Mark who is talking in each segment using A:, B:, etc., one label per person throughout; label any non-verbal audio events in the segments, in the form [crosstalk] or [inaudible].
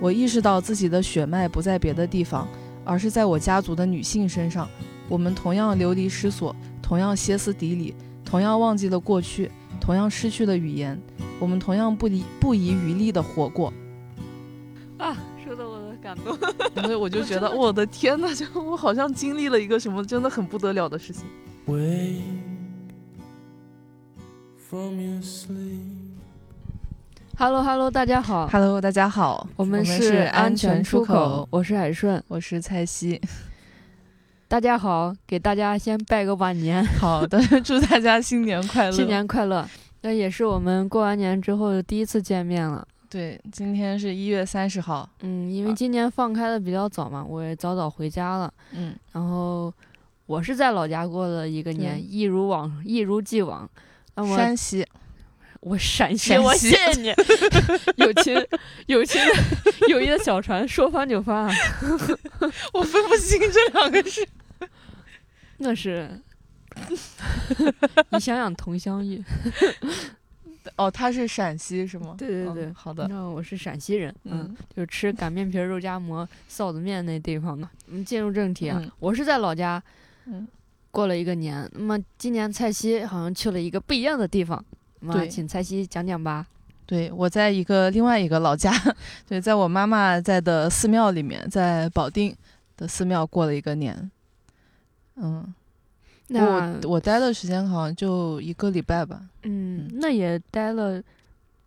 A: 我意识到自己的血脉不在别的地方，而是在我家族的女性身上。我们同样流离失所，同样歇斯底里，同样忘记了过去，同样失去了语言，我们同样不遗不遗余力地活过。
B: 啊，说的我都感动。
A: [laughs] 所以我就觉得，我的天呐，就我好像经历了一个什么真的很不得了的事情。
C: Wake from your sleep.
B: [laughs] Hello Hello，大家好，
A: Hello，大家好，
B: 我们
A: 是
B: 安
A: 全
B: 全
A: 出
B: 出
A: 口
B: 口，，我是海顺。
A: 我是蔡西。
B: 大家好，给大家先拜个晚年，
A: 好的， [laughs] 祝大家新年快乐！
B: [laughs] 新年快乐。那也是我们过完年之后第一次见面了。
A: 对，今天是一月三十号，
B: 嗯，因为今年放开的比较早嘛，我也早早回家了。
A: 嗯，
B: 然后我是在老家过的一个年
A: 对，
B: 一如往一如既往。那我
A: 山西，
B: 我陕西，
A: 陕
B: 我
A: 西
B: [laughs] 谢谢你，友情友情友谊的 [laughs] 小船说翻就翻啊，
A: [laughs] 我分不清这两个是。
B: 那 [laughs] 是。你想想佟湘玉，
A: 哦，他是陕西是吗？
B: 对对
A: 嗯
B: 对
A: 好
B: 你
A: 的
B: 知，道我是陕西人，嗯，
A: 嗯
B: 就是吃擀面皮儿、肉夹馍、臊子面那地方的。嗯，进入正题啊，
A: 嗯
B: 我是在老家
A: 嗯，
B: 过了一个年，那么今年蔡西好像去了一个不一样的地方，那么
A: 对
B: 请蔡西讲讲吧。
A: 对，我在一个另外一个老家， [laughs] 对，在我妈妈在的寺庙里面，在保定的寺庙过了一个年。嗯，
B: 那
A: 我我待的时间好像就一个礼拜吧。
B: 嗯，那也待了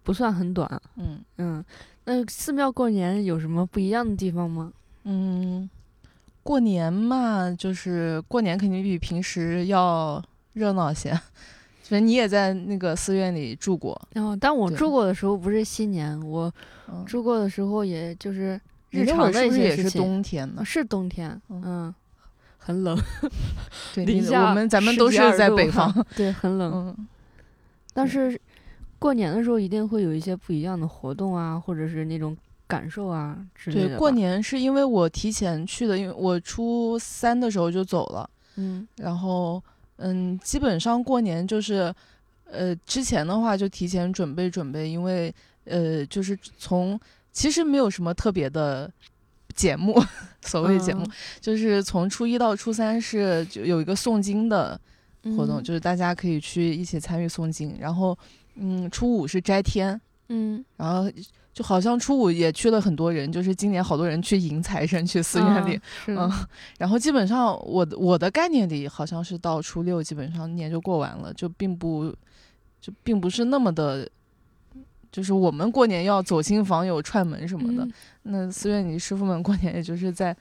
B: 不算很短啊，
A: 嗯
B: 嗯，那寺庙过年有什么不一样的地方吗？
A: 嗯，过年嘛，就是过年肯定比平时要热闹些。 [laughs] 反正你也在那个寺院里住过，
B: 然后，但我
A: 哦对
B: 住过的时候不是新年，我
A: 嗯，
B: 住过的时候也就是
A: 你
B: 日
A: 那会
B: 常
A: 儿
B: 的
A: 是
B: 一
A: 不是也
B: 些事
A: 是
B: 情。
A: 冬天呢
B: 啊？是冬天，
A: 嗯
B: 嗯，很冷。
A: 对，
B: 零
A: [laughs] 你
B: 下
A: 我们咱们
B: 10
A: 都是
B: 12
A: 在
B: 度
A: 北
B: 哈
A: 方。 [laughs]
B: 对，很冷。
A: 嗯，
B: 但
A: 对
B: 是过年的时候一定会有一些不一样的活动啊，或者是那种感受啊之类的吧。
A: 对，过年是因为我提前去的，因为我初三的时候就走了，
B: 嗯，
A: 然后嗯，基本上过年就是，呃，之前的话就提前准备准备，因为呃，就是从其实没有什么特别的节目， [laughs] 所谓节目、
B: 嗯
A: 就是从初一到初三是就有一个诵经的
B: 嗯
A: 活动，就是大家可以去一起参与诵经，然后嗯，初五是斋天，
B: 嗯，
A: 然后就好像初五也去了很多人，就是今年好多人去迎财神去寺院里
B: 啊，是
A: 嗯，然后基本上我的我的概念里好像是到初六基本上年就过完了，就并不就并不是那么的，就是我们过年要走亲访友串门什么的，
B: 嗯
A: 那寺院里师傅们过年也就是在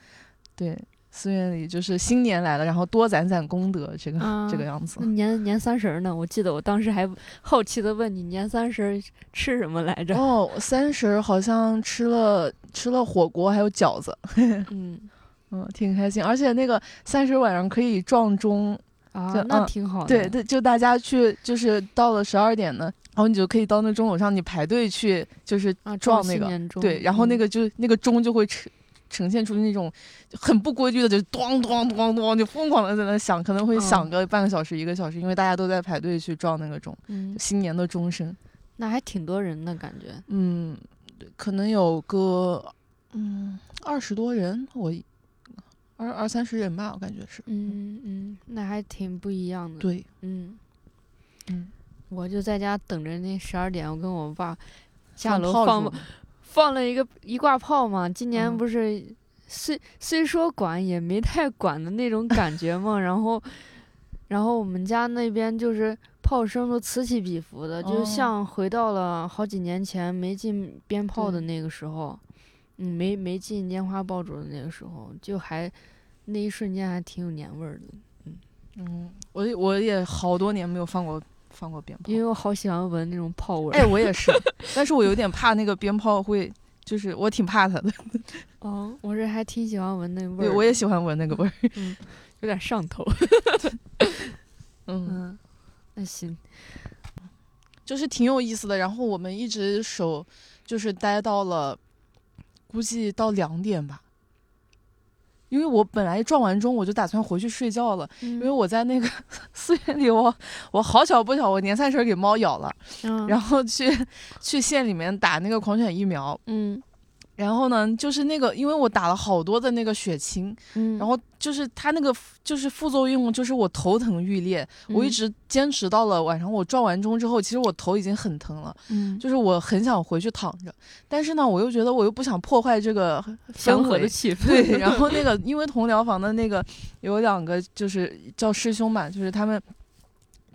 A: 对寺院里就是新年来了，然后多攒攒功德这个、
B: 啊
A: 这个样子
B: 那。年年三十儿呢？我记得我当时还好奇的问你，年三十儿吃什么来着？
A: 哦，三十儿好像吃了吃了火锅，还有饺子，
B: 嗯，
A: 嗯，挺开心，而且那个三十晚上可以撞钟，
B: 啊
A: 就，
B: 那
A: 嗯
B: 挺好的。
A: 对，对，就大家去，就是到了十二点呢，然后你就可以到那钟楼上，你排队去，就是
B: 啊，
A: 撞
B: 新
A: 那个，
B: 年钟
A: 对，然后那
B: 嗯
A: 个就、那个钟就会呈呈现出那种很不规律的，就是咚咚咚咚，就疯狂的在那响，可能会
B: 嗯
A: 响个半个小时、一个小时，因为大家都在排队去撞那个钟，
B: 嗯，
A: 新年的钟声，
B: 那还挺多人的感觉。
A: 嗯，可能有个嗯二十多人，我二二三十人吧，我感觉是，
B: 嗯嗯，那还挺不一样的。，
A: 对。
B: 嗯
A: 嗯，
B: 我就在家等着那十二点，我跟我爸下
A: 放
B: 楼
A: 炮
B: 放
A: 竹
B: 放了一个一挂炮嘛。今年
A: 嗯
B: 不是虽虽说管也没太管的那种感觉嘛。然后，然后我们家那边就是炮声都此起彼伏的，
A: 哦
B: 就像回到了好几年前没禁鞭炮的
A: 对
B: 那个时候，嗯，没没禁烟花爆竹的那个时候，就还那一瞬间还挺有年味儿的。
A: 嗯，我也我也好多年没有放过放过鞭炮
B: 因，为我好喜欢闻那种炮味儿。
A: 哎，我也
B: [laughs]
A: 是，但是我有点怕那个鞭炮会，就是我挺怕它的，
B: 哦，我是还挺喜欢闻那味
A: 对，
B: 儿，嗯
A: 我也喜欢闻那个味儿。
B: 有点上头。
A: 嗯，
B: 嗯，那行，
A: 就是挺有意思的。然后我们一直守，就是待到了，估计到两点吧。因为我本来撞完钟我就打算回去睡觉了，
B: 因
A: 因为我在那个 [laughs] 寺院里我，我好巧不巧，我年三十儿给猫咬了，
B: 然
A: 然后去去县里面打那个狂犬疫苗，
B: 嗯
A: 然后呢，就是那个，因为我打了好多的那个血清，
B: 嗯，
A: 然后就是它那个就是副作用，就是我头疼欲裂，我一
B: 嗯
A: 直坚持到了晚上，我撞完钟之后，其实我头已经很疼了，
B: 嗯
A: 就是我很想回去躺着，但是呢，我又觉得我又不想破坏这个
B: 祥
A: 氛
B: 和的
A: 围。
B: 气氛，
A: [laughs]
B: [laughs]
A: 对，然后那个因为同疗房的那个有两个就是叫师兄嘛，就是他们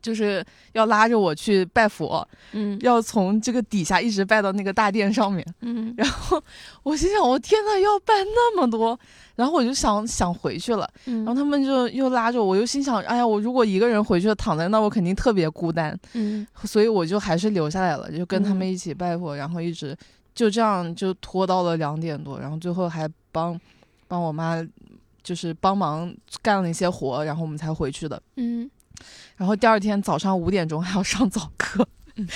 A: 就是要拉着我去拜佛，
B: 嗯
A: 要从这个底下一直拜到那个大殿上面。
B: 嗯
A: 然后我心想，我天呐，要拜那么多，然后我就想想回去了。
B: 嗯，
A: 然后他们就又拉着我，又心想，哎呀，我如果一个人回去躺在那，我肯定特别孤单，
B: 嗯
A: 所以我就还是留下来了，就跟他们
B: 嗯
A: 一起拜佛，然后一直就这样就拖到了两点多，然后最后还帮帮我妈就是帮忙干了一些活，然后我们才回去的。
B: 嗯，
A: 然后第二天早上五点钟还要上早课，
B: 嗯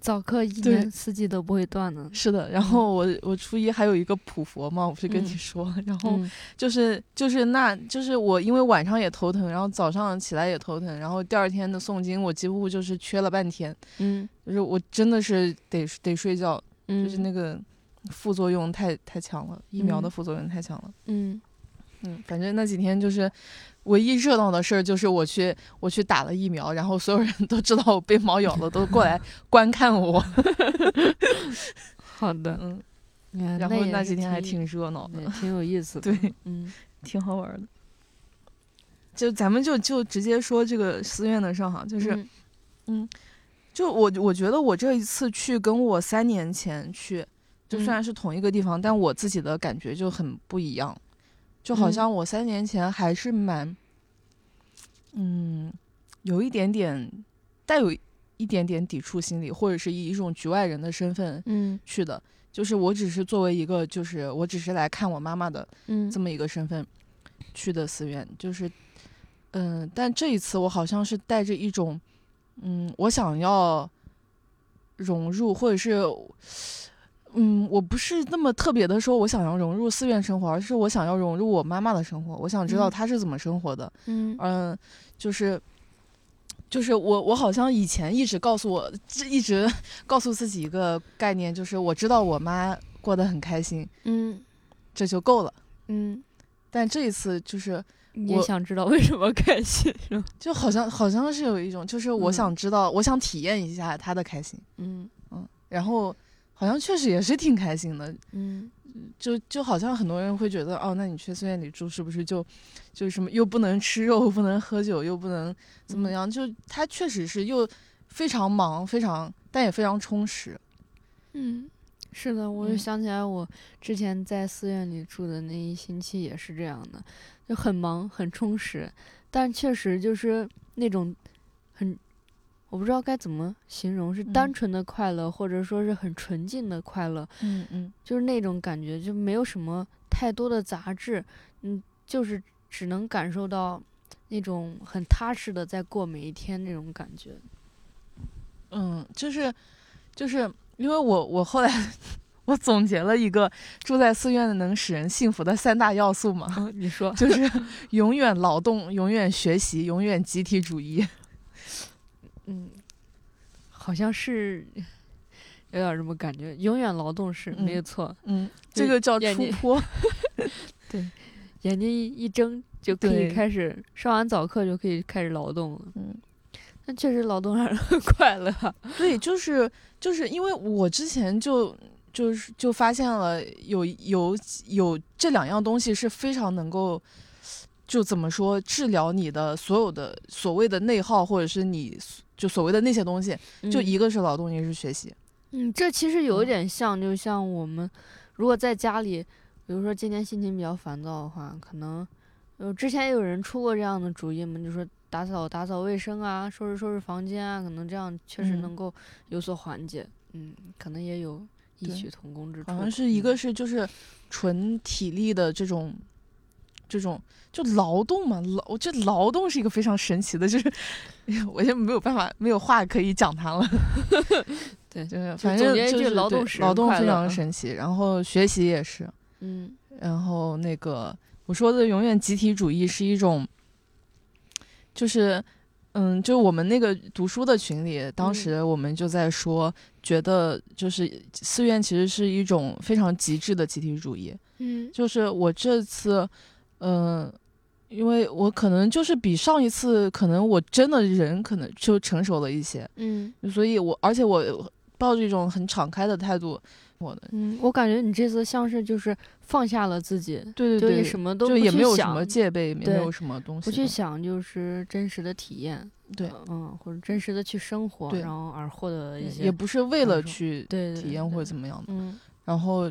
B: 早课一
A: 对
B: 年四季都不会断的，
A: 是的。然后我我初一还有一个普佛嘛，我不是跟你
B: 嗯
A: 说，然后
B: 嗯
A: 就是就是那就是我，因为晚上也头疼，然后早上起来也头疼，然后第二天的诵经我几乎就是缺了半天，
B: 嗯
A: 就是我真的是得得睡觉，
B: 嗯，
A: 就是那个副作用太太强了，疫苗的副作用太强了。 [laughs]
B: 嗯
A: 嗯，反正那几天就是唯一热闹的事儿就是我去我去打了疫苗，然后所有人都知道我被猫咬了，都过
B: [laughs]
A: 来观看我。
B: 好 [laughs] 的，
A: 嗯，
B: 然
A: 然后
B: 那
A: 那
B: 也是
A: 几天还
B: 挺
A: 挺热闹的，
B: 也挺有意思的，
A: 对，
B: 嗯
A: 挺好玩的。就咱们就就直接说这个寺院的事儿哈，就是、
B: 嗯
A: 就我我觉得我这一次去跟我三年前去，就虽
B: 嗯
A: 然是同一个地方，但我自己的感觉就很不一样，就好
B: 嗯
A: 像我三年前还是蛮，嗯，有一点点带有一点点抵触心理，或者是以一种局外人的身份
B: 嗯
A: 去的，就是我只是作为一个就是我只是来看我妈妈的
B: 嗯
A: 这么一个身份去的寺院，就是，嗯、但这一次我好像是带着一种，嗯，我想要融入，或者是，嗯，我不是那么特别的说我想要融入寺院生活，而是我想要融入我妈妈的生活，我想知道
B: 嗯
A: 她是怎么生活的，
B: 嗯
A: 嗯、就是。就是我，我好像以前一直告诉我，一直 [laughs] 告诉自己一个概念，就是我知道我妈过得很开心，
B: 嗯
A: 这就够了。
B: 嗯，
A: 但这一次就是
B: 你也
A: 我
B: 想知道为什么开心是吧？
A: 就好像好像是有一种，就是我想知道，我想体验一下他的开心，
B: 嗯
A: 嗯，然后好像确实也是挺开心的，
B: 嗯
A: 就就好像很多人会觉得，哦，那你去寺院里住是不是就就是什么又不能吃肉，不能喝酒，又不能怎么样？就他确实是又非常忙，非常但也非常充实，
B: 嗯。是的，我就
A: 嗯
B: 想起来，我之前在寺院里住的那一星期也是这样的，就很忙很充实，但确实就是那种很，我不知道该怎么形容，是
A: 嗯
B: 单纯的快乐，或者说是很纯净的快乐，
A: 嗯嗯
B: 就是那种感觉，就没有什么太多的杂质，嗯，就是只能感受到那种很踏实的在过每一天那种感觉。
A: 嗯，就是就是因为我我后来 [laughs] 我总结了一个住在寺院能使人幸福的三大要素嘛。
B: 哦， [laughs] 你说，
A: [laughs] 就是永远劳动、永远学习、永远集体主义。
B: 嗯，好像是有点儿这么感觉，永远劳动是、没有
A: 嗯
B: 错，
A: [laughs] 嗯，
B: 对
A: 这个叫
B: 眼
A: 出
B: 睛 [laughs]
A: 坡。
B: 眼睛一一睁就可以
A: 对
B: 开始上完早课就可以开始劳动了。
A: 嗯，
B: 那确实劳动让人 [laughs] 很快乐。
A: 对，就是就是因为我之前就就是就发现了有有有这两样东西是非常能够。就怎么说治疗你的所有的所谓的内耗，或者是你就所谓的那些东西，就
B: 嗯
A: 一个是劳动，一个是学习。
B: 嗯，这其实有一
A: 嗯
B: 点像，就像我们如果在家里，比如说今天心情比较烦躁的话，可能呃之前有人出过这样的主意嘛，就说打扫打扫卫生啊，收拾收拾房间啊，可能这样确实
A: 嗯
B: 能够有所缓解。嗯，可能也有异
A: 对
B: 曲同工之处。。
A: 好像是一个是就是纯体力的这种，这种就劳动嘛，劳我这劳动是一个非常神奇的，就是 [laughs] 我现在没有办法，没有话可以讲它了
B: 对
A: [laughs] 就是反
B: 总
A: 正
B: 结一
A: 就
B: 句
A: 是
B: 劳
A: 对
B: 动使人
A: 劳动
B: 快
A: 非
B: 乐
A: 常
B: 嗯
A: 神奇，然后学习也是，
B: 嗯
A: 然后那个我说的永远集体主义是一种，就是嗯，就我们那个读书的群里，当
B: 嗯
A: 时我们就在说，觉得就是寺院其实是一种非常极致的集体主义。
B: 嗯
A: 就是我这次，嗯、因为我可能就是比上一次，可能我真的人可能就成熟了一些，
B: 嗯
A: 所以我而且我抱着一种很敞开的态度，我的
B: 嗯，我感觉你这次像是就是放下了自己，
A: 对
B: 就
A: 对
B: 也
A: 对，
B: 什么都
A: 就
B: 不
A: 也
B: 去
A: 没有什
B: 想
A: 么戒备，也没
B: 对
A: 有什么东西
B: 不
A: 的，
B: 去想就是真实的体验，
A: 对
B: 呃嗯，或者真实的去生活，
A: 对
B: 然后而获得的一些
A: 也不是为
B: 感
A: 了
B: 受
A: 去
B: 对对
A: 体验或者
B: 对
A: 怎么样的。
B: 嗯
A: 然后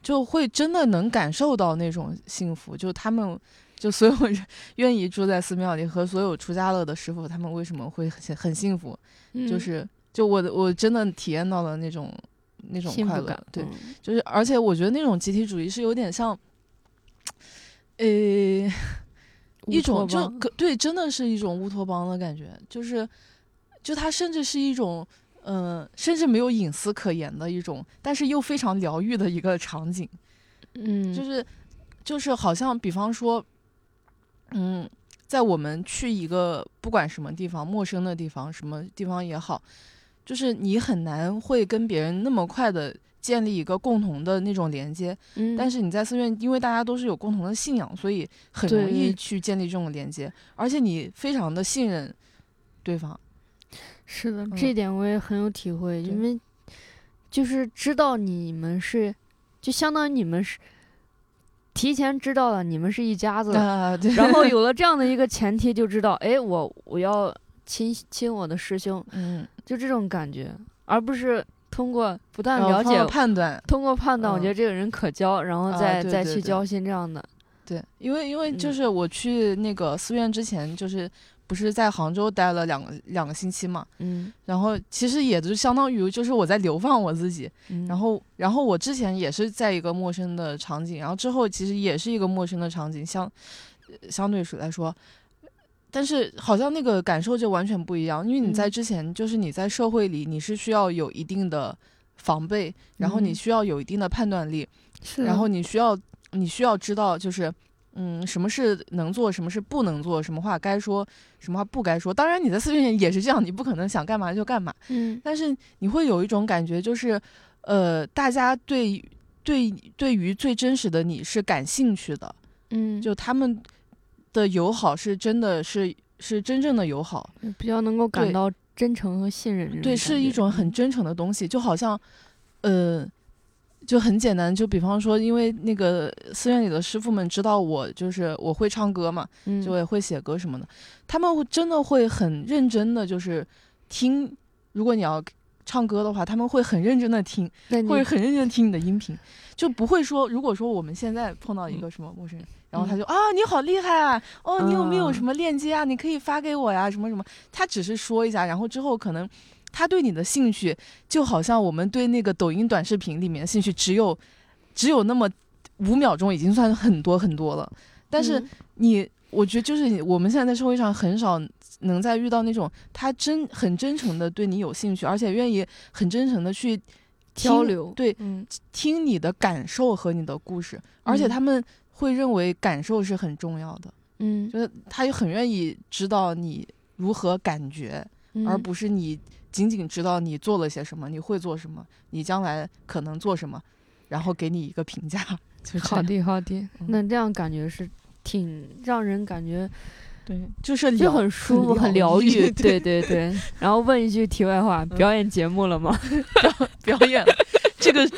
A: 就会真的能感受到那种幸福。就他们，就所有人愿意住在寺庙里和所有出家了的师傅，他们为什么会很很幸福？
B: 嗯
A: 就是就我的我真的体验到了那种那种
B: 幸
A: 快
B: 福
A: 乐
B: 感，，
A: 对，
B: 嗯
A: 就是而且我觉得那种集体主义是有点像，呃，一
B: 乌托
A: 种就
B: 邦
A: 可对，真的是一种乌托邦的感觉，就是就它甚至是一种。嗯、甚至没有隐私可言的一种，但是又非常疗愈的一个场景，
B: 嗯
A: 就是就是好像，比方说，嗯，在我们去一个不管什么地方，陌生的地方，什么地方也好，就是你很难会跟别人那么快的建立一个共同的那种连接。
B: 嗯
A: 但是你在寺院，因为大家都是有共同的信仰，所以很
B: 对
A: 容易
B: 对
A: 去建立这种连接，而且你非常的信任对方。
B: 是
A: 嗯
B: 的，这一点我也很有体会，因为就是知道你们是，就相当于你们是提前知道了你们是一家子，
A: 啊、对，[laughs]
B: 然后有了这样的一个前提，就知道，哎，我我要亲亲我的师兄，
A: 嗯，
B: 就这种感觉，而不是通过不断
A: 然后
B: 了
A: 靠
B: 解，
A: 哦判断，
B: 通过判断，我
A: 嗯
B: 觉得这个人可交，然后
A: 啊
B: 再、
A: 对
B: 再
A: 对
B: 去
A: 对
B: 交心这样的，
A: 对，因为因为就
B: 嗯
A: 是我去那个寺院之前，就是不是在杭州待了两个两个星期嘛，
B: 嗯，
A: 然后其实也就相当于就是我在流放我自己，
B: 嗯
A: 然后然后我之前也是在一个陌生的场景，然后之后其实也是一个陌生的场景，相呃相对来说。但是好像那个感受就完全不一样，因为你在
B: 嗯
A: 之前就是你在社会里你是需要有一定的防备，然后你
B: 嗯
A: 需要有一定的判断力，
B: 是
A: 然后你需要你需要知道，就是嗯，什么是能做，什么是不能做，什么话该说，什么话不该说。当然，你在四月也是这样，你不可能想干嘛就干嘛，
B: 嗯
A: 但是你会有一种感觉，就是呃，大家对对对于最真实的你是感兴趣的，
B: 嗯，
A: 就他们的友好是真的是是真正的友好，
B: 比较能够感
A: 对
B: 到真诚和信任这
A: 对，是一
B: 感觉嗯
A: 种很真诚的东西，就好像，呃，就很简单，就比方说，因为那个寺院里的师傅们知道我就是我会唱歌嘛，
B: 嗯
A: 就也会写歌什么的，他们会真的会很认真的就是听，如果你要唱歌的话，他们会很认真的听，
B: 那你
A: 会很认真地听你的音频，就不会说，如果说我们现在碰到一个什么陌生人，然后他就啊你好厉害啊，哦你有没有
B: 啊
A: 什么链接啊？你可以发给我呀，什么什么，他只是说一下，然后之后可能他对你的兴趣，就好像我们对那个抖音短视频里面的兴趣只有只有那么五秒钟，已经算很多很多了，但是
B: 嗯
A: 你。我觉得就是你我们现在在社会上很少能再遇到那种他真很真诚的对你有兴趣，而且愿意很真诚的去听
B: 交流
A: 对，
B: 嗯
A: 听你的感受和你的故事，而且
B: 嗯
A: 他们会认为感受是很重要的，
B: 嗯，
A: 就是他也很愿意知道你如何感觉，而
B: 嗯
A: 不是你仅仅知道你做了些什么，你会做什么，你将来可能做什么，然后给你一个评价，就这
B: 好
A: 样。
B: 的好的，
A: 嗯
B: 那这样感觉是挺让人感觉
A: 对，就是
B: 就
A: 聊
B: 很舒服、很
A: 疗
B: 疗
A: 愈嗯
B: 愈， [laughs] 对对对。然后问一句题外话，表演节目
A: [laughs]
B: 了吗？
A: 表演 [laughs] 这个，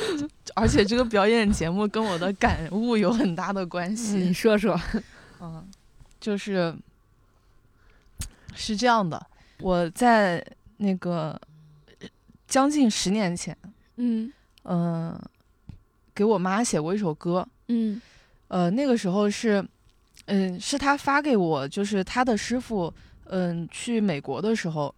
A: 而且这个表演节目跟我的感悟有很大的关系。
B: 你说
A: [laughs]
B: 说，
A: 嗯，就是是这样的，我在那个将近十年前，
B: 嗯
A: 嗯、给我妈写过一首歌，
B: 嗯
A: 呃，那个时候是，嗯，是她发给我，就是她的师傅，嗯，去美国的时候，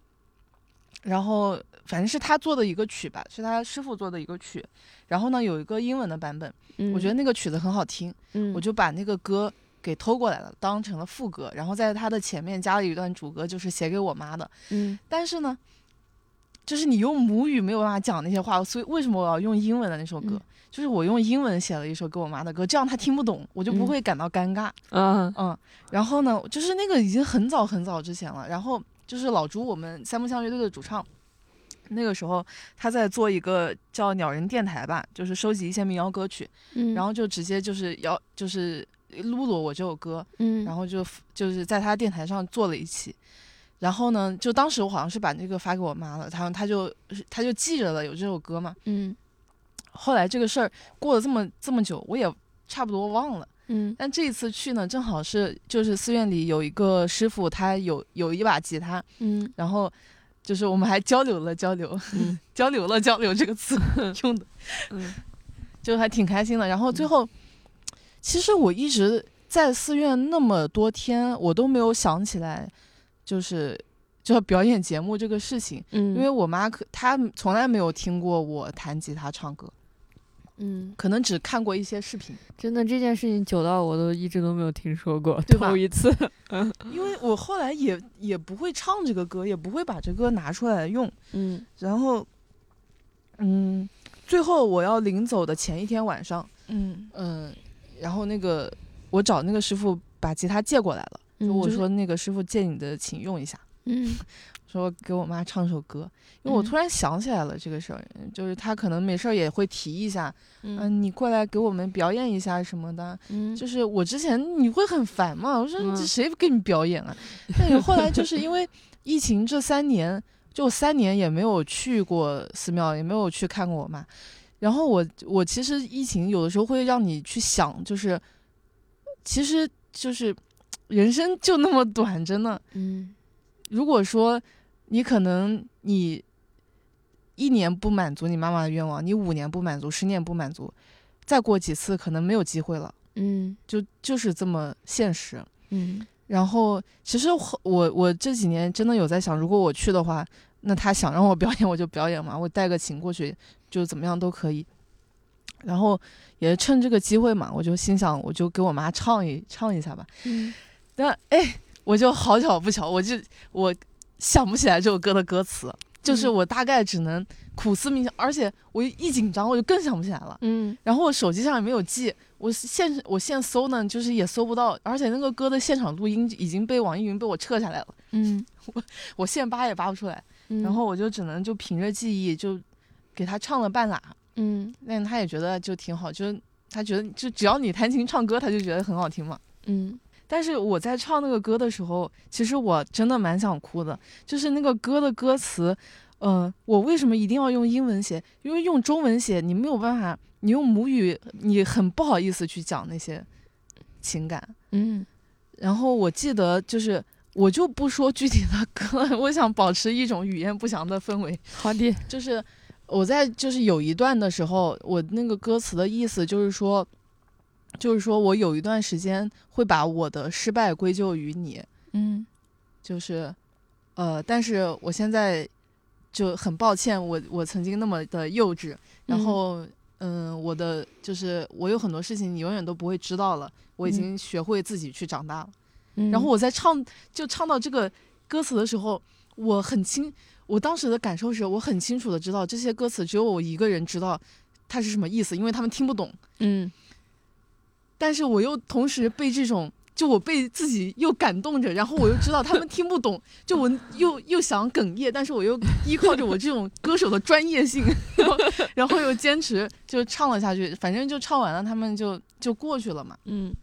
A: 然后反正是她做的一个曲吧，是她师傅做的一个曲，然后呢有一个英文的版本，
B: 嗯，
A: 我觉得那个曲子很好听，
B: 嗯，
A: 我就把那个歌给偷过来了，当成了副歌，然后在它的前面加了一段主歌，就是写给我妈的。
B: 嗯
A: 但是呢，就是你用母语没有办法讲那些话，所以为什么我要用英文的那首歌？
B: 嗯
A: 就是我用英文写了一首给我妈的歌，这样她听不懂，我就不
B: 嗯
A: 会感到尴尬。
B: 啊
A: 嗯，然后呢，就是那个已经很早很早之前了，然后就是老朱，我们三木像乐队的主唱。那个时候他在做一个叫“鸟人电台”吧，就是收集一些民谣歌曲，
B: 嗯
A: 然后就直接就是要就是录了我这首歌，
B: 嗯，
A: 然
B: 后
A: 后就就是在他电台上做了一期。然后呢，就当时我好像是把那个发给我妈了，她她就她就记着了有这首歌嘛。
B: 嗯
A: 后来这个事儿过了这么这么久，我也差不多忘了。
B: 嗯
A: 但这一次去呢，正好是就是寺院里有一个师傅，他有有一把吉他，
B: 嗯
A: 然后就是我们还交流了交流，
B: 嗯
A: [laughs] 交流了交流这个词 [laughs] 用的，
B: [laughs] 嗯
A: 就还挺开心的。然后最后，其实我一直在寺院那么多天，我都没有想起来，就是就表演节目这个事情，
B: 嗯，
A: 因为我妈可她从来没有听过我弹吉他唱歌，
B: 嗯，
A: 可能只看过一些视频。
B: 真的这件事情久到我都一直都没有听说过，
A: 对吧
B: 头一次，
A: 因为我后来也也不会唱这个歌，也不会把这歌拿出来用。
B: 嗯
A: 然后，嗯，最后我要临走的前一天晚上，
B: 嗯，
A: 嗯，然后那个我找那个师傅把吉他借过来了，
B: 嗯
A: 就我
B: 就是
A: 说那个师傅借你的，请用一下，
B: 嗯
A: 说给我妈唱首歌。因为我
B: 嗯
A: 突然想起来了这个事儿，就是他可能没事儿也会提一下，嗯、
B: 嗯
A: 你过来给我们表演一下什么的。
B: 嗯，
A: 就是我之前你会很烦嘛，我说
B: 嗯
A: 这谁给你表演啊？但是后来就是因为疫情这三年，就三年也没有去过寺庙，也没有去看过我妈。然后我我其实疫情有的时候会让你去想，就是其实就是人生就那么短，真的。
B: 嗯
A: 如果说你可能你一年不满足你妈妈的愿望，你五年不满足，十年不满足，再过几次可能没有机会了。
B: 嗯
A: 就就是这么现实。
B: 嗯
A: 然后其实我我我这几年真的有在想，如果我去的话，那他想让我表演我就表演嘛，我带个琴过去就怎么样都可以。然后也趁这个机会嘛，我就心想我就给我妈唱一唱一下吧。
B: 嗯
A: 但哎，我就好巧不巧，我就我想不起来这首歌的歌词，就是
B: 嗯
A: 我大概只能苦思冥想，而且我一紧张我就更想不起来了。
B: 嗯
A: 然后我手机上也没有记，我现我现搜呢，就是也搜不到，而且那个歌的现场录音已经被网易云被我撤下来了，
B: 嗯，
A: 我现扒也扒不出来，
B: 嗯
A: 然后我就只能就凭着记忆就给他唱了半拉，
B: 嗯
A: 但他也觉得就挺好，就是他觉得就只要你弹琴唱歌，他就觉得很好听嘛。
B: 嗯
A: 但是我在唱那个歌的时候，其实我真的蛮想哭的，就是那个歌的歌词，嗯、我为什么一定要用英文写？因为用中文写你没有办法，你用母语你很不好意思去讲那些情感。
B: 嗯
A: 然后我记得就是。我就不说具体的歌了，我想保持一种语言不详的氛围。
B: 好的，
A: 就是我在就是有一段的时候，我那个歌词的意思就是说，就是说我有一段时间会把我的失败归咎于你，
B: 嗯
A: 就是，呃，但是我现在就很抱歉，我我曾经那么的幼稚，然
B: 嗯
A: 后嗯、我的就是我有很多事情你永远都不会知道了，我已
B: 嗯
A: 经学会自己去长大了。
B: 嗯，
A: 然后我在唱就唱到这个歌词的时候，我很清，我当时的感受是我很清楚的知道这些歌词只有我一个人知道它是什么意思，因为他们听不懂。
B: 嗯
A: 但是我又同时被这种，就我被自己又感动着，然后我又知道他们听不懂，就我又又想哽咽，但是我又依靠着我这种歌手的专业性，然后然后又坚持就唱了下去，反正就唱完了，他们就就过去了嘛。
B: 嗯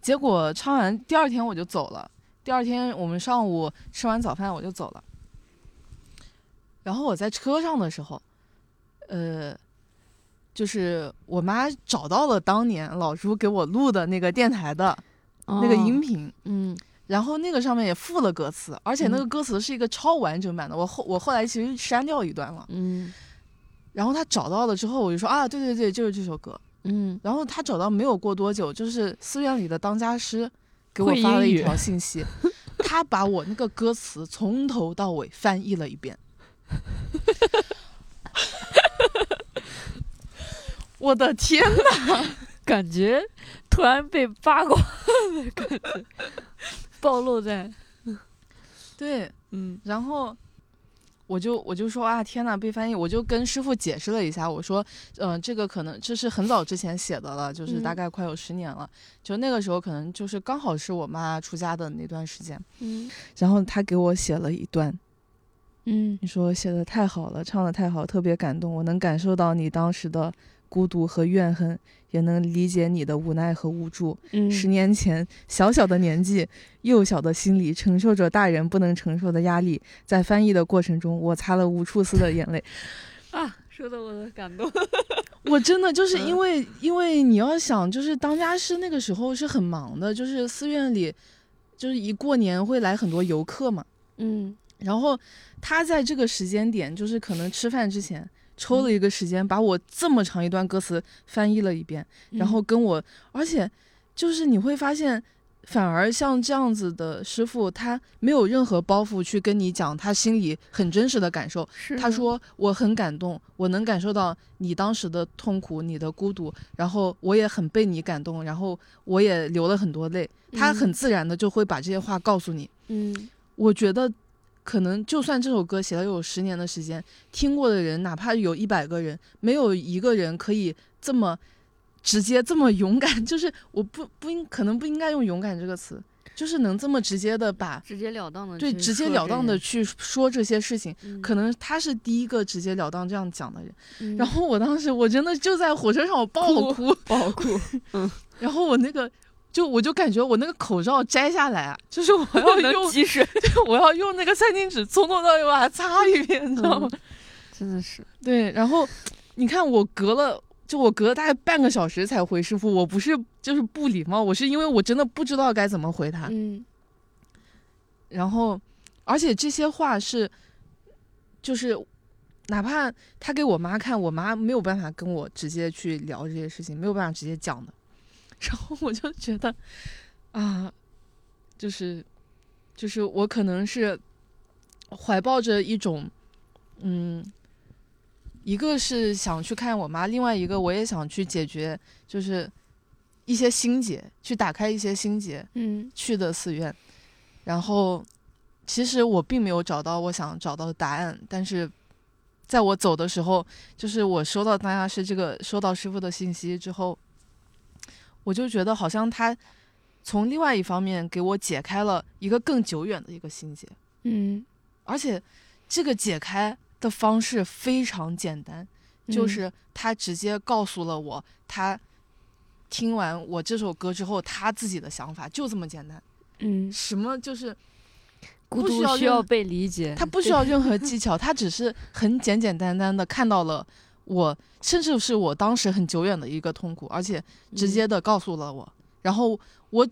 A: 结果唱完第二天我就走了，第二天我们上午吃完早饭我就走了。然后我在车上的时候，呃，就是我妈找到了当年老朱给我录的那个电台的那个音
B: 哦
A: 频，
B: 嗯
A: 然后那个上面也附了歌词，而且那个
B: 嗯
A: 歌词是一个超完整版的。我后我后来其实删掉一段了。
B: 嗯
A: 然后她找到了之后，我就说啊，对对对，就是这首歌。
B: 嗯
A: 然后他找到没有过多久，就是寺院里的当家师给我
B: 会
A: 发了
B: 英
A: 一
B: 语
A: 条
B: [laughs]
A: 信息，他把我那个歌词从头到尾翻译了一遍。我的天！
B: 感觉突然被八卦的感觉暴露在
A: 对，
B: 嗯
A: 然后我就我就说啊，天呐，被翻译！我就跟师傅解释了一下，我说，嗯、这个可能这是很早之前写的了，就是大
B: 嗯
A: 概快有十年了，就那个时候可能就是刚好是我妈出家的那段时间。
B: 嗯
A: 然后他给我写了一段，
B: 嗯
A: 你说写的太好了，唱的太好，特别感动，我能感受到你当时的孤独和怨恨，也能理解你的无奈和无助。
B: 嗯，
A: 十年前，小小的年纪，幼小的心里承受着大人不能承受的压力，在翻译的过程中，我擦了无数次的眼泪。
B: [laughs] 啊，说的我都感动。
A: [laughs] 我真的就是因为，因为你要想，就是当家师那个时候是很忙的，就是寺院里，就是一过年会来很多游客嘛，
B: [laughs] 嗯
A: 然后他在这个时间点，就是可能吃饭之前。抽了
B: 嗯
A: 一个时间，把我这么长一段歌词翻译了一遍，然
B: 嗯
A: 后跟我，而且就是你会发现，反而像这样子的师傅，他没有任何包袱去跟你讲他心里很真实的感受。
B: 是
A: 他
B: 的，
A: 说我很感动，我能感受到你当时的痛苦，你的孤独，然后我也很被你感动，然后我也流了很多泪。他
B: 嗯
A: 很自然的就会把这些话告诉你。
B: 嗯
A: 我觉得，可能就算这首歌写了有十年的时间，听过的人哪怕有一百个人，没有一个人可以这么直接、这么勇敢。 [laughs] 就是我不不应，可能不应该用“勇敢”这个词，就是能这么直接的把
B: 直截了当的，
A: 对直截了当的，去说这些事情。
B: 嗯
A: 可能他是第一个直截了当这样讲的人。
B: 嗯 [laughs]
A: 然后我当时我真的就在火车上我爆
B: 哭
A: 哭，
B: 不好哭， [laughs] 嗯
A: 然后我那个。就我就感觉我那个口罩摘下来啊，就是
B: [laughs]
A: 我要用
B: 及时，
A: [laughs] 我要用那个餐巾纸从头到尾把它擦一遍，你知道吗？
B: [laughs] 真的是，
A: 嗯对，然后你看我隔了，就我隔了大概半个小时才回师傅，我不是就是不礼貌，我是因为我真的不知道该怎么回他。
B: 嗯
A: 然后，而且这些话是，就是哪怕他给我妈看，我妈没有办法跟我直接去聊这些事情，没有办法直接讲的。 [laughs] 然后我就觉得，啊，就是，就是我可能是怀抱着一种，嗯，一个是想去看我妈，另外一个我也想去解决，就是一些心结，去打开一些心结。
B: 嗯
A: 去的寺院，然后其实我并没有找到我想找到的答案，但是在我走的时候，就是我收到当下是这个收到师傅的信息之后，我就觉得好像他从另外一方面给我解开了一个更久远的一个心结，
B: 嗯，
A: 而且这个解开的方式非常简单，就
B: 嗯
A: 是他直接告诉了我他。听完我这首歌之后，他自己的想法就这么简单。
B: 嗯，
A: 什么就是
B: 孤
A: 不需
B: 独
A: 要
B: 需
A: 任
B: 要
A: 何
B: 被理解，
A: 他不需
B: 对
A: 要任何技巧，他只是很简简单单的看到了我，甚至是我当时很久远的一个痛苦，而且
B: 嗯
A: 直接的告诉了我，然后我，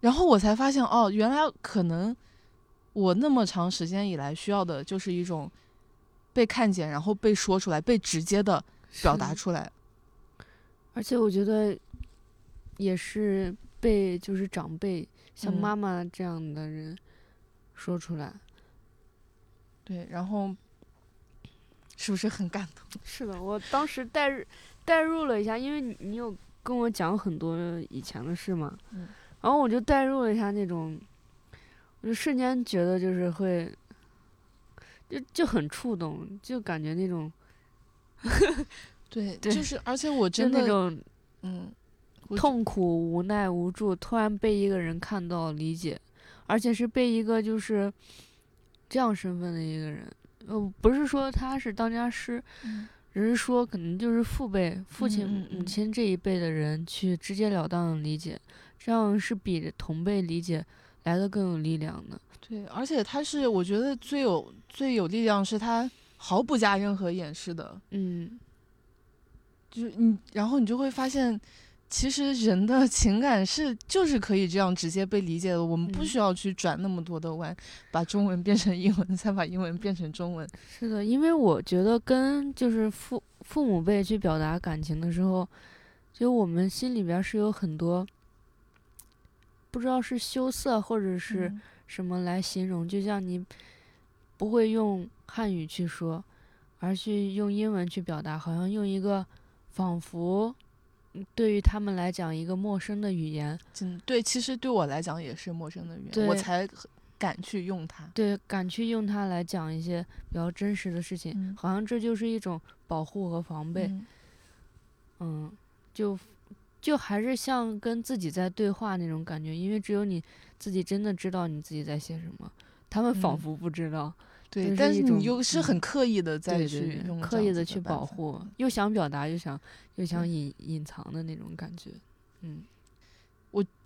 A: 然后我才发现哦，原来可能我那么长时间以来需要的就是一种被看见，然后被说出来，被直接的表达
B: 是
A: 出来。
B: 而且我觉得也是被就是长辈像
A: 嗯
B: 妈妈这样的人说出来。
A: 对，然后是不是很感动？
B: 是的，我当时代入代入了一下，因为你你有跟我讲很多以前的事嘛，
A: 嗯
B: 然后我就代入了一下那种，我就瞬间觉得就是会，就就很触动，就感觉那种
A: 对，
B: 对
A: 就是而且我
B: 就
A: 真
B: 那
A: 的
B: 种
A: 嗯。我觉
B: 痛苦、无奈、无助，突然被一个人看到、理解，而且是被一个就是这样身份的一个人，呃，不是说他是当家师，
A: 嗯
B: 只是说可能就是父辈、父亲、
A: 嗯嗯
B: 母亲这一辈的人去直截了当的理解，这样是比同辈理解来的更有力量的。
A: 对，而且他是我觉得最有最有力量，是他毫不加任何掩饰的，
B: 嗯
A: 就是你，然后你就会发现，其实人的 [laughs] 情感是就是可以这样直接被理解的，我们不
B: 嗯
A: 需要去转那么多的弯，把中文变成英文，再把英文变成中文。
B: 是的，因为我觉得跟就是父父母辈去表达感情的时候，就我们心里边儿是有很多不知道是羞涩或者是
A: 嗯
B: 什么来形容，就像你不会用汉语去说，而去用英文去表达，好像用一个仿佛嗯对于他们来讲一个陌生的语言，
A: 真对，其实对我来讲也是陌生的语言，我
B: 对
A: 才敢去用它。
B: 对，敢去用它来讲一些比较真实的事情，
A: 嗯
B: 好像这就是一种保护和防备。
A: 嗯
B: 嗯，就就还是像跟自己在对话那种感觉，因为只有你自己真的知道你自己在写什么，他们仿
A: 嗯
B: 佛不知道，就
A: 对，
B: 是
A: 但
B: 一
A: 是
B: 种
A: 你又是很
B: 嗯
A: 刻意的再
B: 对
A: 去
B: 对
A: 用
B: 对
A: 这样子办法，
B: 刻意的去保护，又想表达又想又想
A: 对
B: 隐隐藏的那种感觉。嗯，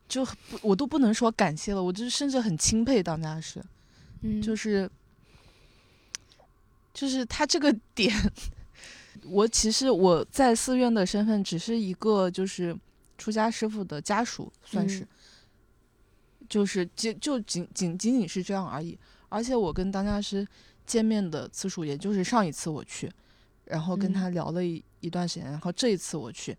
A: 就很不我都不能说感谢了，我就是甚至很钦佩当家是，
B: 嗯
A: 就是就是他这个点， [laughs] 我其实我在寺院的身份只是一个就是出家师傅的家属，算是，
B: 嗯
A: 就是就就仅仅仅仅是这样而已。而且我跟当家师见面的次数，也就是上一次我去，然后跟
B: 嗯
A: 他聊了一、一段时间，然后这一次我去，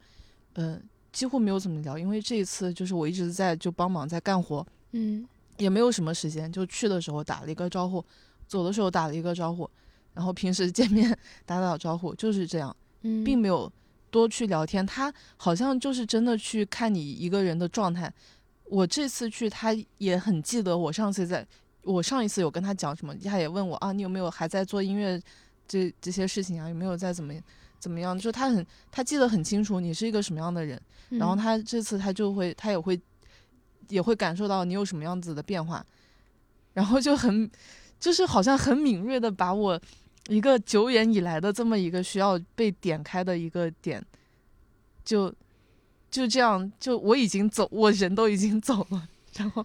A: 嗯、几乎没有怎么聊，因为这一次就是我一直在就帮忙在干活，
B: 嗯
A: 也没有什么时间，就去的时候打了一个招呼，走的时候打了一个招呼，然后平时 [laughs] 见面打打招呼，就是这样，
B: 嗯，
A: 并没有多去聊天。他好像就是真的去看你一个人的状态。我这次去，他也很记得我上次在，我上一次有跟他讲什么，他也问我啊，你有没有还在做音乐这这些事情啊？有没有在怎么怎么样？就他很他记得很清楚你是一个什么样的人。然后
B: 嗯
A: 他这次他就会，他也会，也会感受到你有什么样子的变化，然后就很，就是好像很敏锐的把我一个久远以来的这么一个需要被点开的一个点，就就这样，就我已经走，我人都已经走了，然 [laughs] 后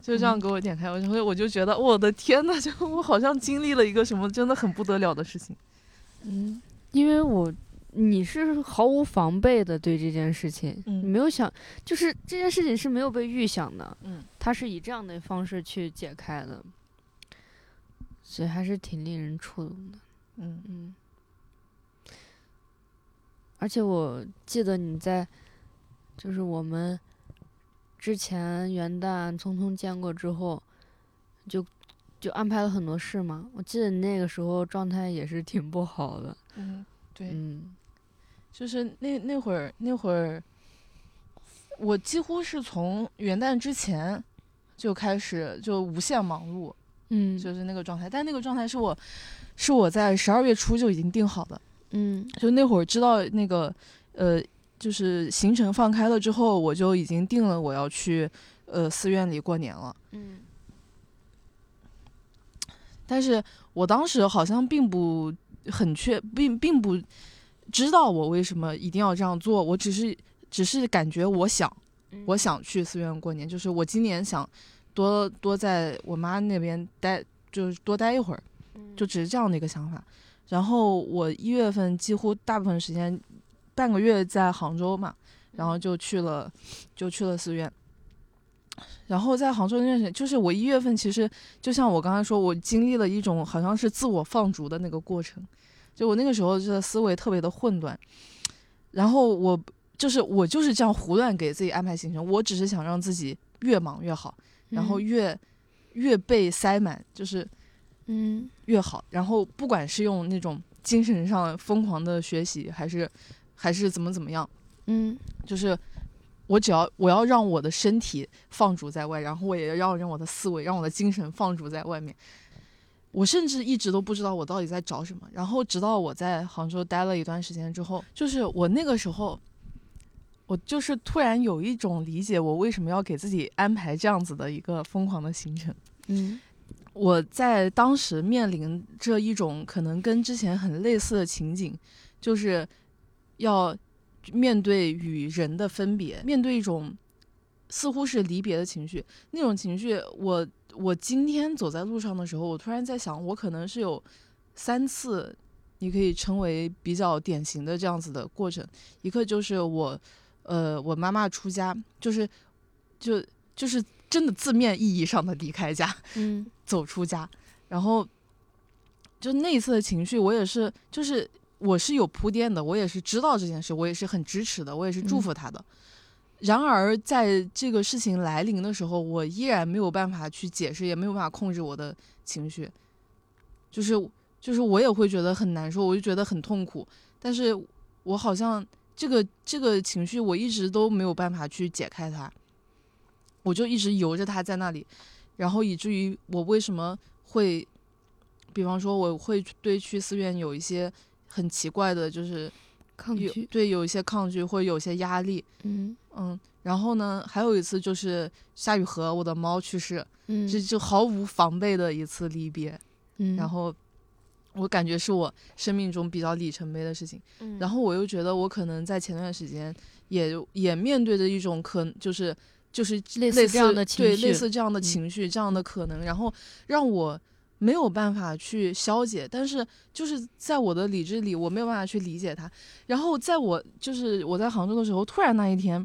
A: 就这样给我点开，我就会我就觉得我的天呐，就我好像经历了一个什么真的很不得了的事情，
B: 嗯，因为我你是毫无防备的对这件事情，
A: 嗯
B: 你没有想，就是这件事情是没有被预想的，
A: 嗯，
B: 它是以这样的方式去解开的，所以还是挺令人触动的，
A: 嗯
B: 嗯。而且我记得你在，就是我们之前元旦匆匆见过之后，就就安排了很多事嘛。我记得你那个时候状态也是挺不好 [laughs] 的，
A: 嗯，对
B: 嗯
A: 就是那那会儿那会儿，我几乎是从元旦之前就开始就无限忙碌，
B: 嗯
A: 就是那个状态。但那个状态是我是我在十二月初就已经定好的，
B: 嗯
A: 就那会儿知道那个呃，就是行程放开了之后，我就已经定了我要去呃寺院里过年了。
B: 嗯
A: 但是我当时好像并不很确，并并不知道我为什么一定要这样做，我只是只是感觉我想，
B: 嗯
A: 我想去寺院过年，就是我今年想多多在我妈那边待，就是多待一会儿，就只是这样的一个想法。然后我一月份几乎大部分时间，半个月在杭州嘛，然后就去了，就去了寺院。然后在杭州那段时间，就是我一月份，其实就像我刚才说，我经历了一种好像是自我放逐的那个过程，就我那个时候的思维特别的混乱，然后我就是我就是这样胡乱给自己安排行程，我只是想让自己越忙越好，然后越、越被塞满，就是
B: 嗯
A: 越好。然后不管是用那种精神上疯狂的学习，还是还是怎么怎么样，
B: 嗯
A: 就是我只要我要让我的身体放逐在外，然后我也要让我的思维、让我的精神放逐在外面。我甚至一直都不知道我到底在找什么。然后直到我在杭州待了一段时间之后，就是我那个时候，我就是突然有一种理解，我为什么要给自己安排这样子的一个疯狂的行程。
B: 嗯
A: 我在当时面临着一种可能跟之前很类似的情景，就是要面对与人的分别，面对一种似乎是离别的情绪。那种情绪，我我今天走在路上的时候，我突然在想，我可能是有三次，你可以称为比较典型的这样子的过程。一个就是我，呃，我妈妈出家，就是就就是真的字面意义上的离开家。
B: 嗯
A: 走出家，然后就那一次的情绪，我也是，就是我是有铺垫的，我也是知道这件事，我也是很支持的，我也是祝福他的。然而，在这个事情来临的时候，我依然没有办法去解释，也没有办法控制我的情绪，就是就是我也会觉得很难受，我就觉得很痛苦，但是我好像这个这个情绪我一直都没有办法去解开它，我就一直由着它在那里，然后以至于我为什么会，比方说我会对去寺院有一些很奇怪的，就是
B: 抗
A: 有
B: 拒，
A: 对有一些抗拒或者有些压力，
B: 嗯
A: 嗯，然后呢，还有一次就是夏雨荷我的猫去世，
B: 嗯，
A: 这就毫无防备的一次离别，
B: 嗯，
A: 然后我感觉是我生命中比较里程碑的事情。
B: 嗯，
A: 然后我又觉得我可能在前段时间也也面对着一种可就是就是
B: 类似
A: 类
B: 这样的情
A: 对
B: 绪嗯
A: 类似这样的情绪、这样的可能，然后让我没有办法去消解，但是就是在我的理智里我没有办法去理解它。然后在我就是我在杭州的时候，突然那一天。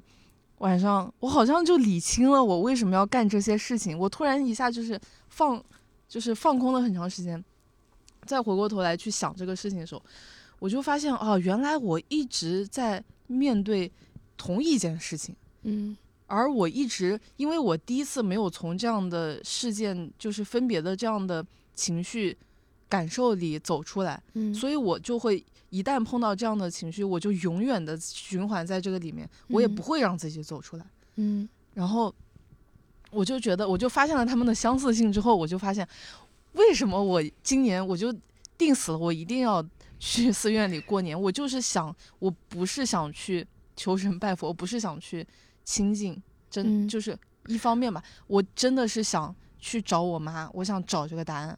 A: 晚上，我好像就理清了我为什么要干这些事情。我突然一下就是放，就是放空了很长时间。再回过头来去想这个事情的时候，我就发现啊，原来我一直在面对同一件事情，
B: 嗯
A: 而我一直因为我第一次没有从这样的事件，就是分别的这样的情绪感受里走出来，
B: 嗯，
A: 所以我就会一旦碰到这样的情绪，我就永远的循环在这个里面，我也
B: 嗯
A: 不会让自己走出来。
B: 嗯
A: 然后我就觉得，我就发现了他们的相似性之后，我就发现为什么我今年我就定死了，我一定要去寺院里过年。我就是想，我不是想去求神拜佛，我不是想去清净，真、
B: 嗯
A: 就是一方面吧，我真的是想去找我妈，我想找这个答案。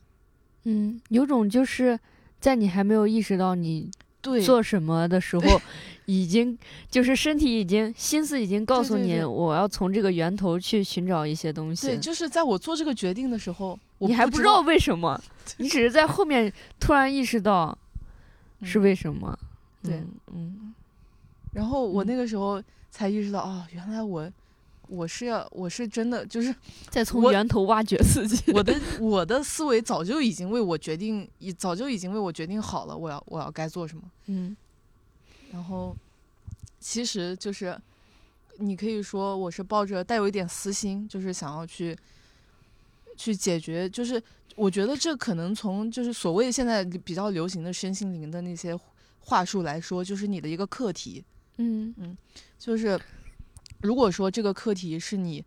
B: 嗯，有种就是在你还没有意识到你
A: 对，
B: 做什么的时候，已经就是身体已经心思已经告
A: 对
B: 诉
A: 对
B: 你，
A: 对
B: 我要从这个源头去寻找一些东
A: 对，
B: 西。
A: 就是在我做这个决定的时候，我
B: 你还
A: 不
B: 不知道为
A: [laughs]
B: 什么，你只是在后面突然意识到
A: 嗯
B: 是为什么。
A: 对
B: 嗯，嗯
A: 然后我
B: 嗯
A: 那个时候才意识到，哦，原来我我是要我是真的就是
B: 再从
A: 我
B: 源头挖掘自 [laughs] 己。
A: 我的我的思维早就已经为我决定，已早就已经为我决定好了，我要我要该做什么。
B: 嗯
A: 然后，其实就是你可以说我是抱着带有一点私心，就是想要去去解决，就是我觉得这可能从就是所谓现在比较流行的身心灵的那些话术来说，就是你的一个课题。
B: 嗯
A: 就是如果说这个课题是你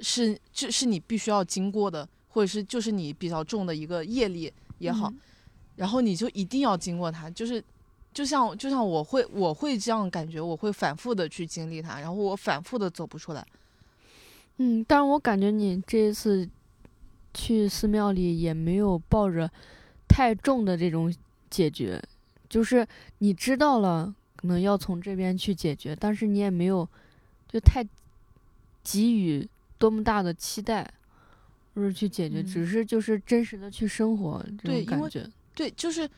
A: 是这是你必须要经过的，或者是就是你比较重的一个业力也好，
B: 嗯
A: 然后你就一定要经过它，就是。就像就像我会我会这样感觉，我会反复的去经历它，然后我反复的走不出来。
B: 嗯，但是我感觉你这一次去寺庙里也没有抱着太重的这种解决，就是你知道了可能要从这边去解决，但是你也没有就太给予多么大的期待，或者去解决，
A: 嗯
B: 只是就是真实的去生活这
A: 对因
B: 种
A: 为
B: 感觉。
A: 对，就是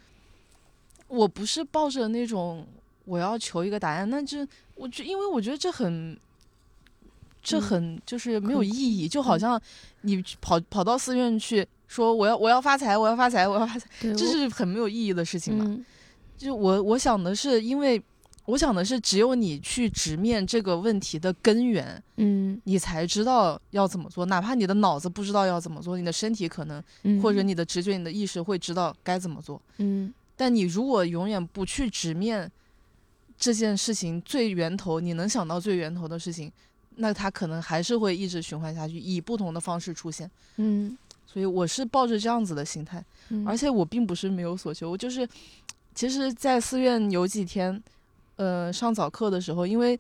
A: 我不是抱着那种我要求一个答案，那这我觉因为我觉得这很。这
B: 嗯
A: 很就是没有
B: 很嗯
A: 意义，就好像你去跑跑到寺院去说我要我要发财，我要发财，我要发财，
B: 对，
A: 这
B: 我
A: 是很没有意义的事情嘛。
B: 嗯
A: 就我我想的是，因为我想的是，只有你去直面这个问题的根源，
B: 嗯
A: 你才知道要怎么做。哪怕你的脑子不知道要怎么做，你的身体可能
B: 嗯，
A: 或者你的直觉、你的意识会知道该怎么做。
B: 嗯
A: 但你如果永远不去直面这件事情最源头，你能想到最源头的事情，那它可能还是会一直循环下去，以不同的方式出现。
B: 嗯，
A: 所以我是抱着这样子的心态，
B: 嗯
A: 而且我并不是没有所求，我就是其实，在寺院有几天，呃，上早课的时候，因为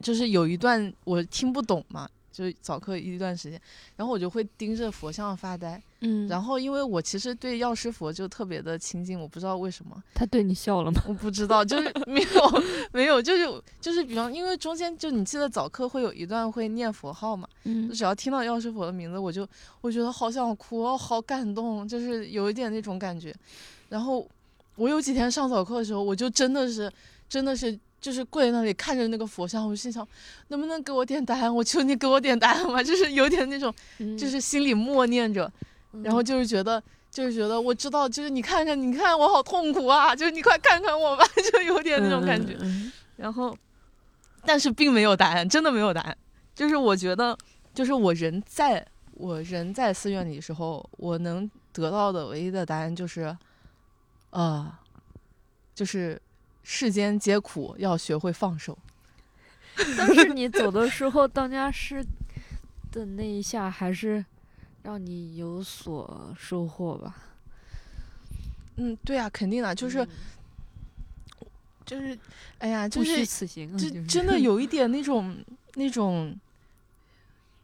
A: 就是有一段我听不懂嘛，就是早课一段时间，然后我就会盯着佛像发呆。
B: 嗯，
A: 然后，因为我其实对药师佛就特别的亲近，我不知道为什么，
B: 他对你笑了吗？
A: 我不知道，就是没有没有，就是就是，比方因为中间就你记得早课会有一段会念佛号嘛，
B: 嗯
A: [laughs] 就只要听到药师佛的名字，我就我觉得好想哭，哦好感动，就是有一点那种感觉。然后我有几天上早课的时候，我就真的是真的是就是跪在那里看着那个佛像，我心想能不能给我点答案？我求你给我点答案吧，就是有点那种就
B: 就是
A: 心里默念着。
B: 嗯
A: 然后就是觉得，就是觉得我知道，就是你看看，你看我好痛苦啊，就是你快看看我吧， [laughs] 就有点那种感觉。
B: 嗯
A: 然后，但是并没有答案，真的没有答案。就是我觉得，就是我人在我人在寺院里时候，我能得到的唯一的答案就是，啊、就是世间皆苦，要学会放手。
B: 但是你走的时候，当家师的那一下还是让你有所收获吧。
A: 嗯，对啊，肯定啊，就是
B: 嗯
A: 就是，哎呀，就
B: 不虚
A: 是
B: 此行啊，
A: 这
B: 就是
A: 真的有一点那种那种，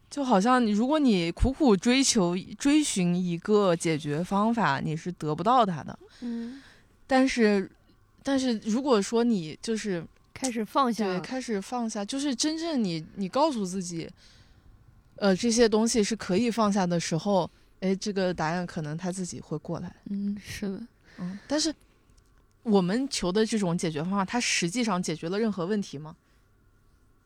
A: 就好像你如果你苦苦追求追寻一个解决方法，你是得不到它的。
B: [laughs] 嗯，
A: 但是，但是如果说你就是
B: 开始放下
A: 对
B: 了，
A: 开始放下，就是真正你你告诉自己，呃，这些东西是可以放下的时候，哎，这个答案可能他自己会过来。
B: 嗯，是的，
A: 嗯，但是我们求的这种解决方法，它实际上解决了任何问题吗？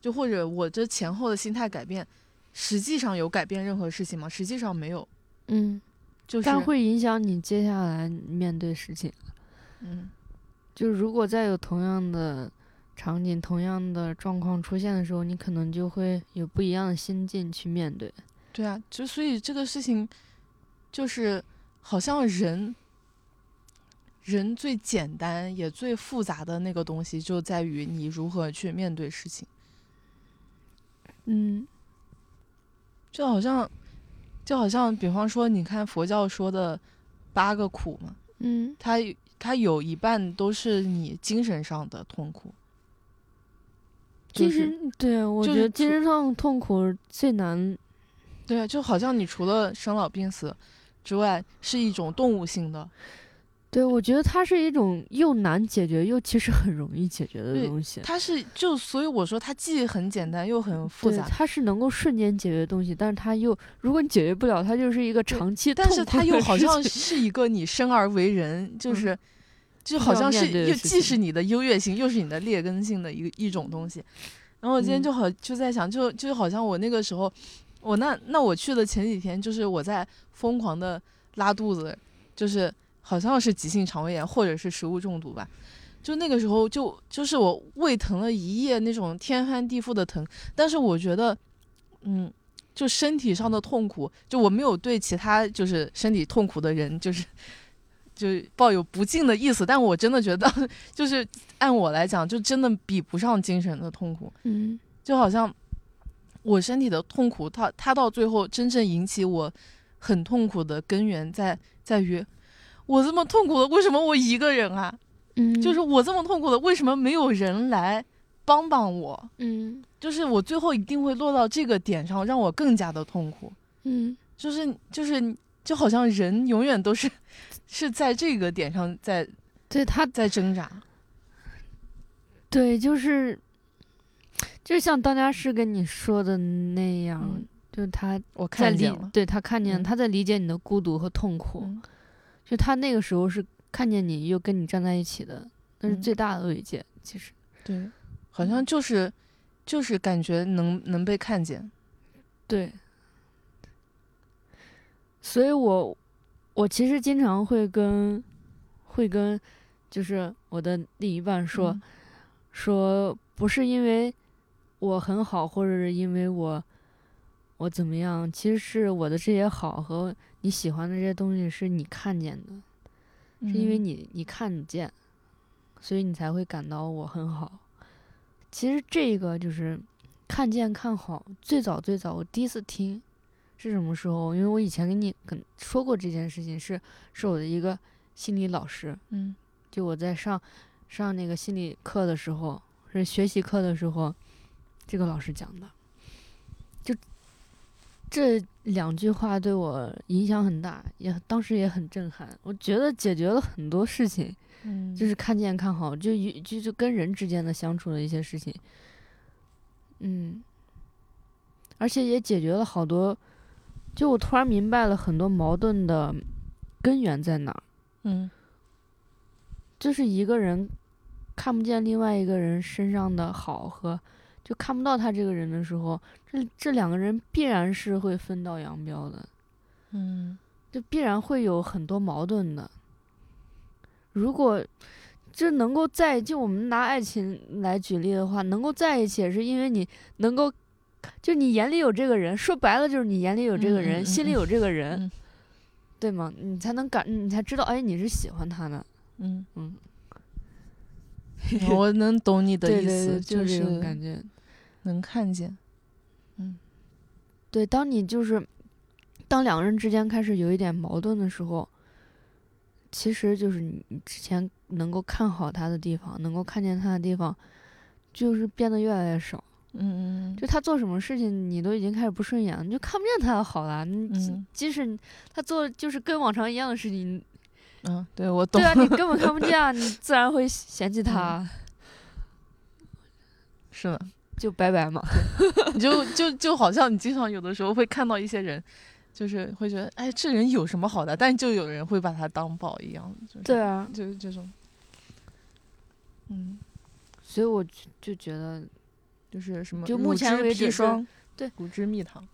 A: 就或者我这前后的心态改变，实际上有改变任何事情吗？实际上没有，
B: 嗯，
A: 就是
B: 但会影响你接下来面对事情。
A: 嗯
B: 就如果再有同样的场景、同样的状况出现的时候，你可能就会有不一样的心境去面对。
A: 对啊，就所以这个事情，就是好像人，人最简单也最复杂的那个东西，就在于你如何去面对事情。
B: 嗯
A: 就好像，就好像，比方说，你看佛教说的八个苦嘛，
B: 嗯
A: 它它有一半都是你精神上的痛苦，
B: 精
A: 就是
B: 神对我
A: 就是
B: 觉得精
A: 处
B: 神上的痛苦最难。
A: 对啊，就好像你除了生老病死之外，是一种动物性的，
B: 对，我觉得它是一种又难解决又其实很容易解决的
A: 对
B: 东西。
A: 它是就所以我说它既很简单又很复
B: 对，
A: 杂，
B: 它是能够瞬间解决的东西，但是它又，如果你解决不了，它就是一个长期痛
A: 但
B: 苦的
A: 是
B: 事情。
A: 它又好像是 [laughs] 一个你生而为人，就是、就好像
B: 需
A: 是
B: 要面对的
A: 又
B: 事
A: 既
B: 情
A: 是你的优越性，又是你的劣根性的一个一种东西。然后我今天
B: 嗯
A: 就好就在想，就就好像我那个时候，我那那我去的前几天，就是我在疯狂的拉肚子，就是好像是急性肠胃炎或者是食物中毒吧。就那个时候就就是我胃疼了一夜那种天翻地覆的疼，但是我觉得，嗯，就身体上的痛苦，就我没有对其他就是身体痛苦的人就是就是抱有不敬的意思，但我真的觉得 [laughs] 就是按我来讲，就真的比不上精神的痛苦，
B: 嗯
A: 就好像我身体的痛苦，它它到最后真正引起我很痛苦的根源在在于。我这么痛苦了，为什么我一个人啊？
B: 嗯，
A: 就是我这么痛苦了，为什么没有人来帮帮我？
B: 嗯
A: 就是我最后一定会落到这个点上，让我更加的痛苦。
B: 嗯
A: 就是就是就好像人永远都是 [laughs] 是在这个点上在
B: 对它
A: 在挣扎。
B: 对，就是，就像当家师跟你说的那样，
A: 嗯
B: 就他
A: 我
B: 在
A: 看
B: 理
A: 见了，，
B: 对他看见，
A: 嗯
B: 他在理解你的孤独和痛苦。
A: 嗯
B: 就他那个时候是看见你又跟你站在一起的，那是
A: 嗯
B: 最大的慰藉。其实，
A: 对，好
B: 嗯
A: 像就是就是感觉能能被看见。
B: 对，所以我我其实经常会跟会跟就是我的另一半说，
A: 嗯
B: 说不是因为我很好，或者是因为我我怎么样，其实是我的这些好和你喜欢的这些东西是你看见的，是因为
A: 嗯
B: 你你看见，所以你才会感到我很好。其实这个就是看见看好，最早最早我第一次听是什么时候？因为我以前跟你跟说过这件事情是，是我的一个心理老师，
A: 嗯
B: 就我在上上那个心理课的时候，是学习课的时候，这个老师讲的，就这两句话对我影响很大，也当时也很震撼。我觉得解决了很多事情，
A: 嗯，
B: 就是看见看好，就与就就跟人之间的相处的一些事情，嗯，而且也解决了好多，就我突然明白了很多矛盾的根源在哪儿。
A: 嗯
B: 就是一个人看不见另外一个人身上的好和就看不到他这个人的时候，这这两个人必然是会分道扬镳的，
A: 嗯
B: 就必然会有很多矛盾的。如果这能够在就我们拿爱情来举例的话，能够在一起也是因为你能够，就你眼里有这个人，说白了就是你眼里有这个人，
A: 嗯嗯嗯
B: 心里有这个人，
A: 嗯
B: 对吗？你才能感，你才知道，哎，你是喜欢他的。
A: 嗯
B: [laughs] 嗯
A: 嗯，我能懂你的
B: 对
A: 意
B: 对
A: 思，
B: 对
A: 就
B: 这种
A: 是
B: 感觉。
A: 能看见。
B: 对，当你就是当两个人之间开始有一点矛盾的时候，其实就是你你之前能够看好他的地方，能够看见他的地方，就是变得越来越少。
A: 嗯嗯
B: 就他做什么事情，你都已经开始不顺眼了，你就看不见他的好了。你即、
A: 嗯
B: 即使你他做就是跟往常一样的事情，
A: 嗯，对我懂
B: 对。啊，你根本看不见啊，你自然会嫌弃他，
A: 是的，
B: 就拜拜嘛。
A: [laughs] 你就就就好像你经常有的时候会看到一些人，就是会觉得哎，这人有什么好的？但就有人会把他当宝一样，就是
B: 对啊，
A: 就是这种，嗯，
B: 所以我就就觉得，
A: 就是什么
B: 就
A: 乳
B: 目前
A: 汁
B: 为
A: 砒
B: 止就
A: 霜，
B: 对
A: 骨汁蜜糖，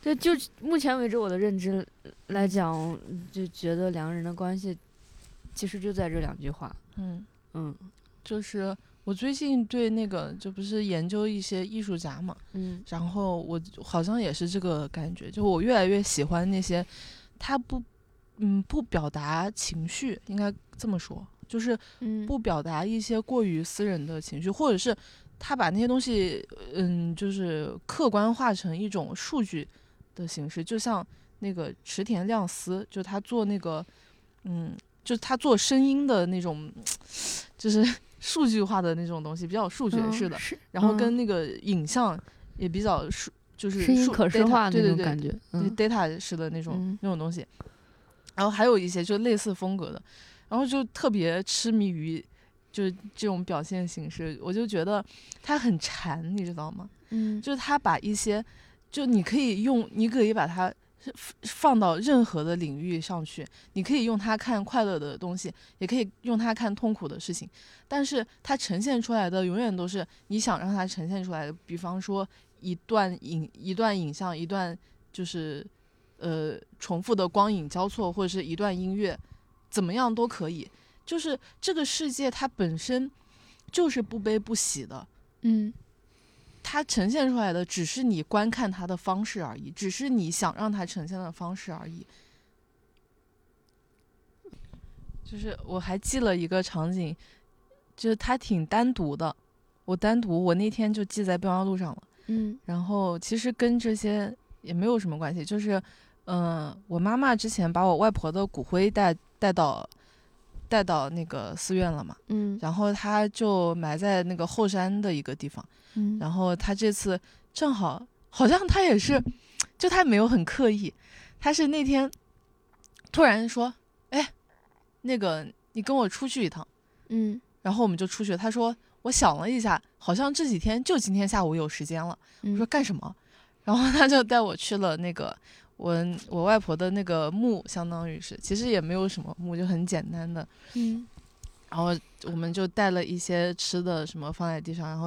B: 对，就目前为止我的认知来讲，就觉得两个人的关系其实就在这两句话。
A: 嗯，
B: 嗯
A: 就是我最近对那个就不是研究一些艺术家嘛，
B: 嗯
A: 然后我好像也是这个感觉，就我越来越喜欢那些他不嗯不表达情绪，应该这么说，就是
B: 嗯，
A: 不表达一些过于私人的情绪，或者是他把那些东西嗯就是客观化成一种数据的形式，就像那个池田亮司，就他做那个嗯就是他做声音的那种，就是 [laughs] 数据化的那种东西，比较数学
B: 嗯
A: 式的。
B: 是
A: 然后
B: 嗯
A: 跟那个影像也比较数，就是
B: 声音
A: 数
B: 可视
A: data-
B: 化
A: 对对
B: 那种
A: 对，
B: 感觉。
A: 对
B: 嗯
A: data 式的那种、
B: 嗯
A: 那种东西。然后还有一些就类似风格的，然后就特别痴迷于就是这种表现形式，我就觉得他很馋，你知道吗？
B: 嗯，
A: 就是他把一些，就你可以用，你可以把它是放到任何的领域上去，你可以用它看快乐的东西，也可以用它看痛苦的事情，但是它呈现出来的永远都是你想让它呈现出来的。比方说一段影一段影像，一段就是呃重复的光影交错，或者是一段音乐，怎么样都可以。就是这个世界它本身就是不悲不喜的，
B: 嗯
A: 它呈现出来的只是你观看它的方式而已，只是你想让它呈现的方式而已。就是我还记了一个场景，就是它挺单独的，我单独我那天就记在备忘录上了。
B: 嗯
A: 然后其实跟这些也没有什么关系，就是，嗯、我妈妈之前把我外婆的骨灰带带到带到那个寺院了嘛，
B: 嗯
A: 然后她就埋在那个后山的一个地方。
B: 嗯，
A: 然后他这次正好好像他也是，就他没有很刻意，他是那天突然说：“哎，那个你跟我出去一趟。
B: 嗯”
A: 然后我们就出去了。他说：“我想了一下，好像这几天就今天下午有时间了。”我
B: 嗯
A: 说：“干什么？”然后他就带我去了那个我我外婆的那个墓，相当于是其实也没有什么墓，就很简单的
B: 嗯
A: 然后我们就带了一些吃的什么放在地上，然后，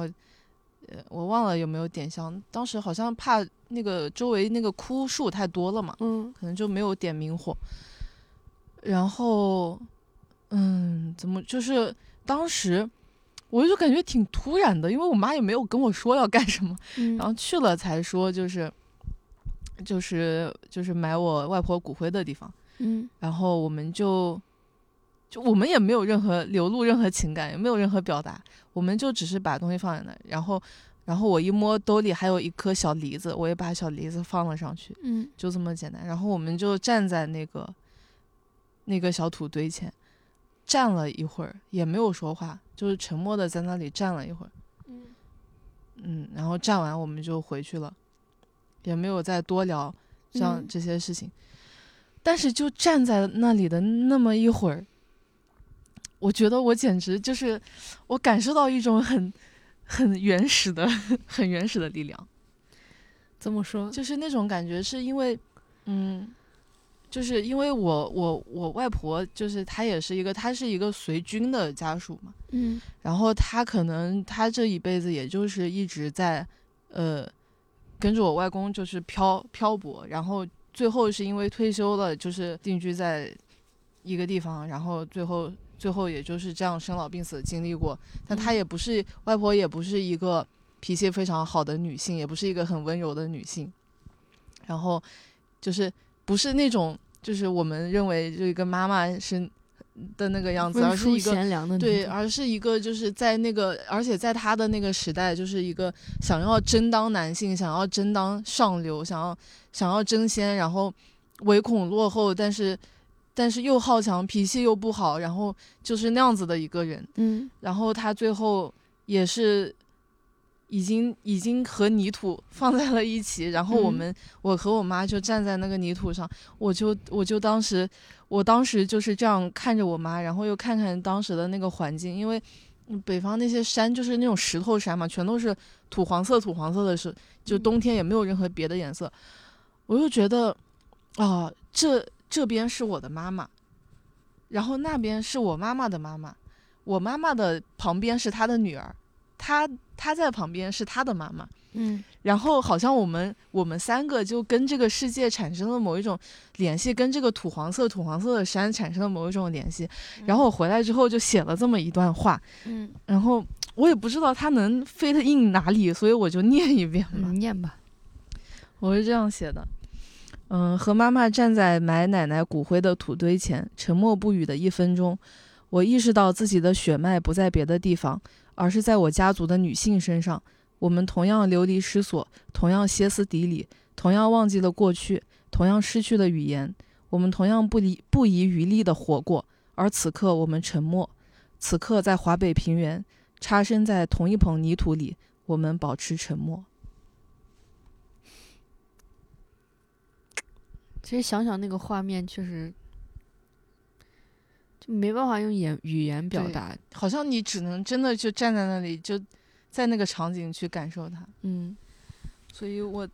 A: 呃，我忘了有没有点香。当时好像怕那个周围那个枯树太多了嘛，
B: 嗯
A: 可能就没有点明火。然后，嗯，怎么就是当时我就感觉挺突然的，因为我妈也没有跟我说要干什么，
B: 嗯，
A: 然后去了才说就是，就是就是埋我外婆骨灰的地方。
B: 嗯
A: 然后我们就就我们也没有任何流露任何情感，也没有任何表达，我们就只是把东西放在那，然后然后我一摸兜里还有一颗小梨子，我也把小梨子放了上去，
B: 嗯
A: 就这么简单。然后我们就站在那个那个小土堆前。站了一会儿，也没有说话，就是沉默的在那里站了一会儿。
B: 嗯
A: 嗯，然后站完我们就回去了，也没有再多聊像
B: 嗯
A: 这些事情。但是就站在那里的那么一会儿，我觉得我简直就是我感受到一种很很原始的、 [laughs] 很原始的力量，
B: 怎么说？
A: 就是那种感觉，是因为，嗯。就是因为我我我外婆就是她也是一个她是一个随军的家属嘛，
B: 嗯
A: 然后他可能他这一辈子也就是一直在，呃，跟着我外公就是漂漂泊，然后最后是因为退休了，就是定居在一个地方，然后最后最后也就是这样生老病死经历过。但他
B: 嗯
A: 也不是外婆，也不是一个脾气非常好的女性，也不是一个很温柔的女性，然后就是不是那种就是我们认为这个妈妈是的那个样子，而
B: 温
A: 是
B: 书
A: 一个
B: 贤良的
A: 对，而是一个就是在那个，而且在他的那个时代，就是一个想要争当男性，想要争当上流，想要想要争先，然后唯恐落后，但是但是又好强，脾气又不好，然后就是那样子的一个人。
B: 嗯
A: 然后他最后也是已经已经和泥土 [laughs] 放在了一起，然后我
B: 嗯
A: 们、我和我妈就站在那个泥土上，我就我就当时我当时就是这样看着我妈，然后又看看当时的那个环境，因为。嗯北方那些山就是那种石头山嘛，全都是土黄色、土黄色的是，就
B: 嗯
A: 冬天也没有任何别的颜色。我就觉得，啊、这这边是我的妈妈，然后那边是我妈妈的妈妈，我妈妈的旁边是她的女儿，她她在旁边是她的妈妈，
B: 嗯
A: 然后好像我们我们三个就跟这个世界产生了某一种联系，跟这个土黄色土黄色的山产生了某一种联系。然后我回来之后就写了这么一段话，
B: 嗯，
A: 然后我也不知道它能飞得印哪里，所以我就 [laughs] 念一遍嘛。
B: 你嗯念吧。
A: 我是这样写的，嗯，和妈妈站在埋奶奶骨灰的土堆前，沉默不语的一分钟，我意识到自己的血脉不在别的地方，而是在我家族的女性身上。我们同样流离失所，同样歇斯底里，同样忘记了过去，同样失去了语言，我们同样不遗不遗余力地活过。而此刻，我们沉默，此刻在华北平原，插身在同一捧泥土里，我们保持沉默。
B: 其实想想那个画面，确实就没办法用言语言表
A: 对
B: 达。
A: 好像你只能真的就站在那里，就在那个场景去感受它。
B: 嗯
A: 所以我，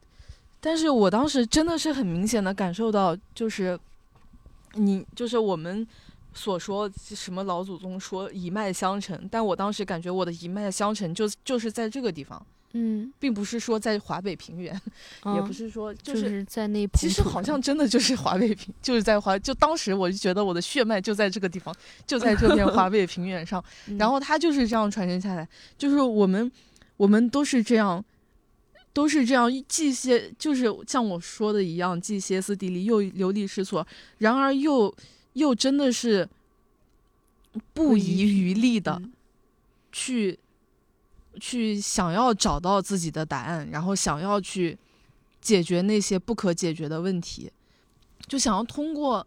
A: 但是我当时真的是很明显的感受到，就是你就是我们所说什么老祖宗说一脉相承，但我当时感觉我的一脉相承就就是在这个地方，
B: 嗯，
A: 并不是说在华北平原，也不
B: 啊
A: 是说就。
B: 就是在那
A: 其
B: 捧
A: 实
B: 土
A: 好
B: 上
A: 像真的就是华北平，就是在华，就当时我就觉得我的血脉就在这个地方，就在这片华北平原上。
B: 嗯
A: 然后他就是这样传承下来，就是我们我们都是这样，都是这样既歇，就是像我说的一样，既歇斯底里又流离失所，然而又又真的是不
B: 不
A: 遗
B: 遗
A: 余力的
B: 嗯
A: 去、去想要找到自己的答案，然后想要去解决那些不可解决的问题，就想要通过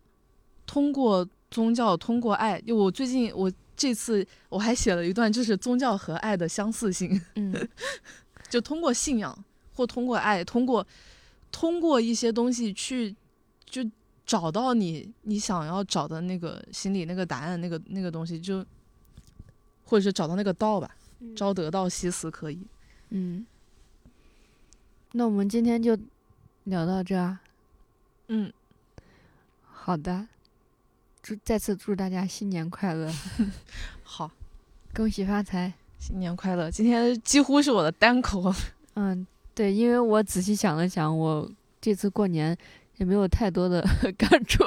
A: 通过宗教，通过爱。就我最近我这次我还写了一段，就是宗教和爱的相似性，
B: [laughs] 嗯
A: 就通过信仰或通过爱，通过通过一些东西去就找到你你想要找的那个心里那个答案，那个那个东西就。或者是找到那个道吧，朝得道夕死可矣。
B: 嗯，那我们今天就聊到这儿。
A: 嗯，
B: 好的，祝再次祝大家新年快乐，
A: 好，
B: 恭喜发财。
A: 新年快乐！今天几乎是我的单口， [laughs]
B: 嗯，对，因为我仔细想了想，我这次过年也没有太多的 [laughs] 感触，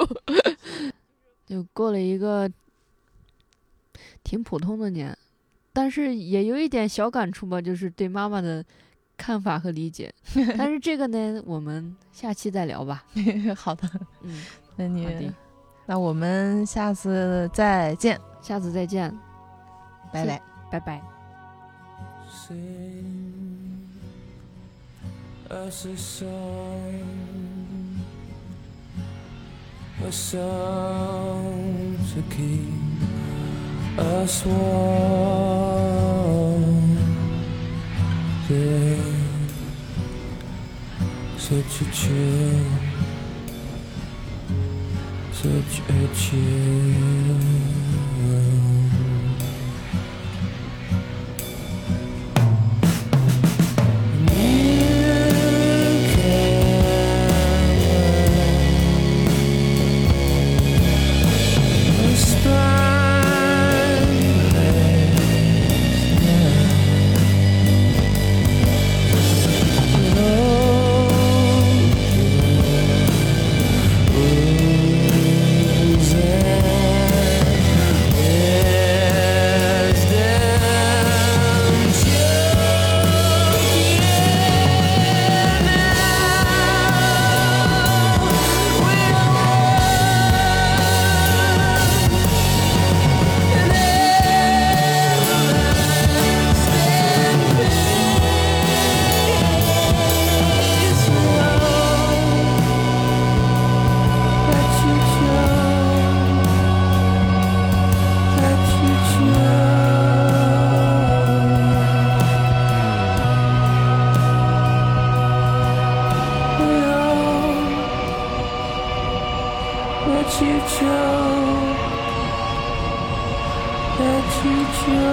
B: 就过了一个挺普通的年，但是也有一点小感触吧，就是对妈妈的看法和理解。但是这个呢，我们下期再聊吧。
A: 好的，
B: 嗯，
A: 那
B: 好的
A: 你，，那我们下次再见，
B: 下次再见，
A: 拜拜。
B: 拜拜。
C: Sing us a song, a song to keep us warm. There's such a chill, such a chill. Yeah. you go. Let you go.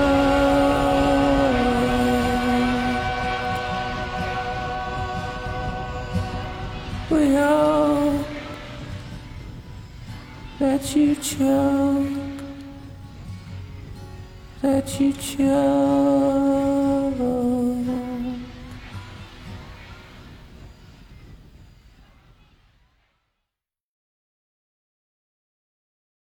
C: We all let you go. Let you go.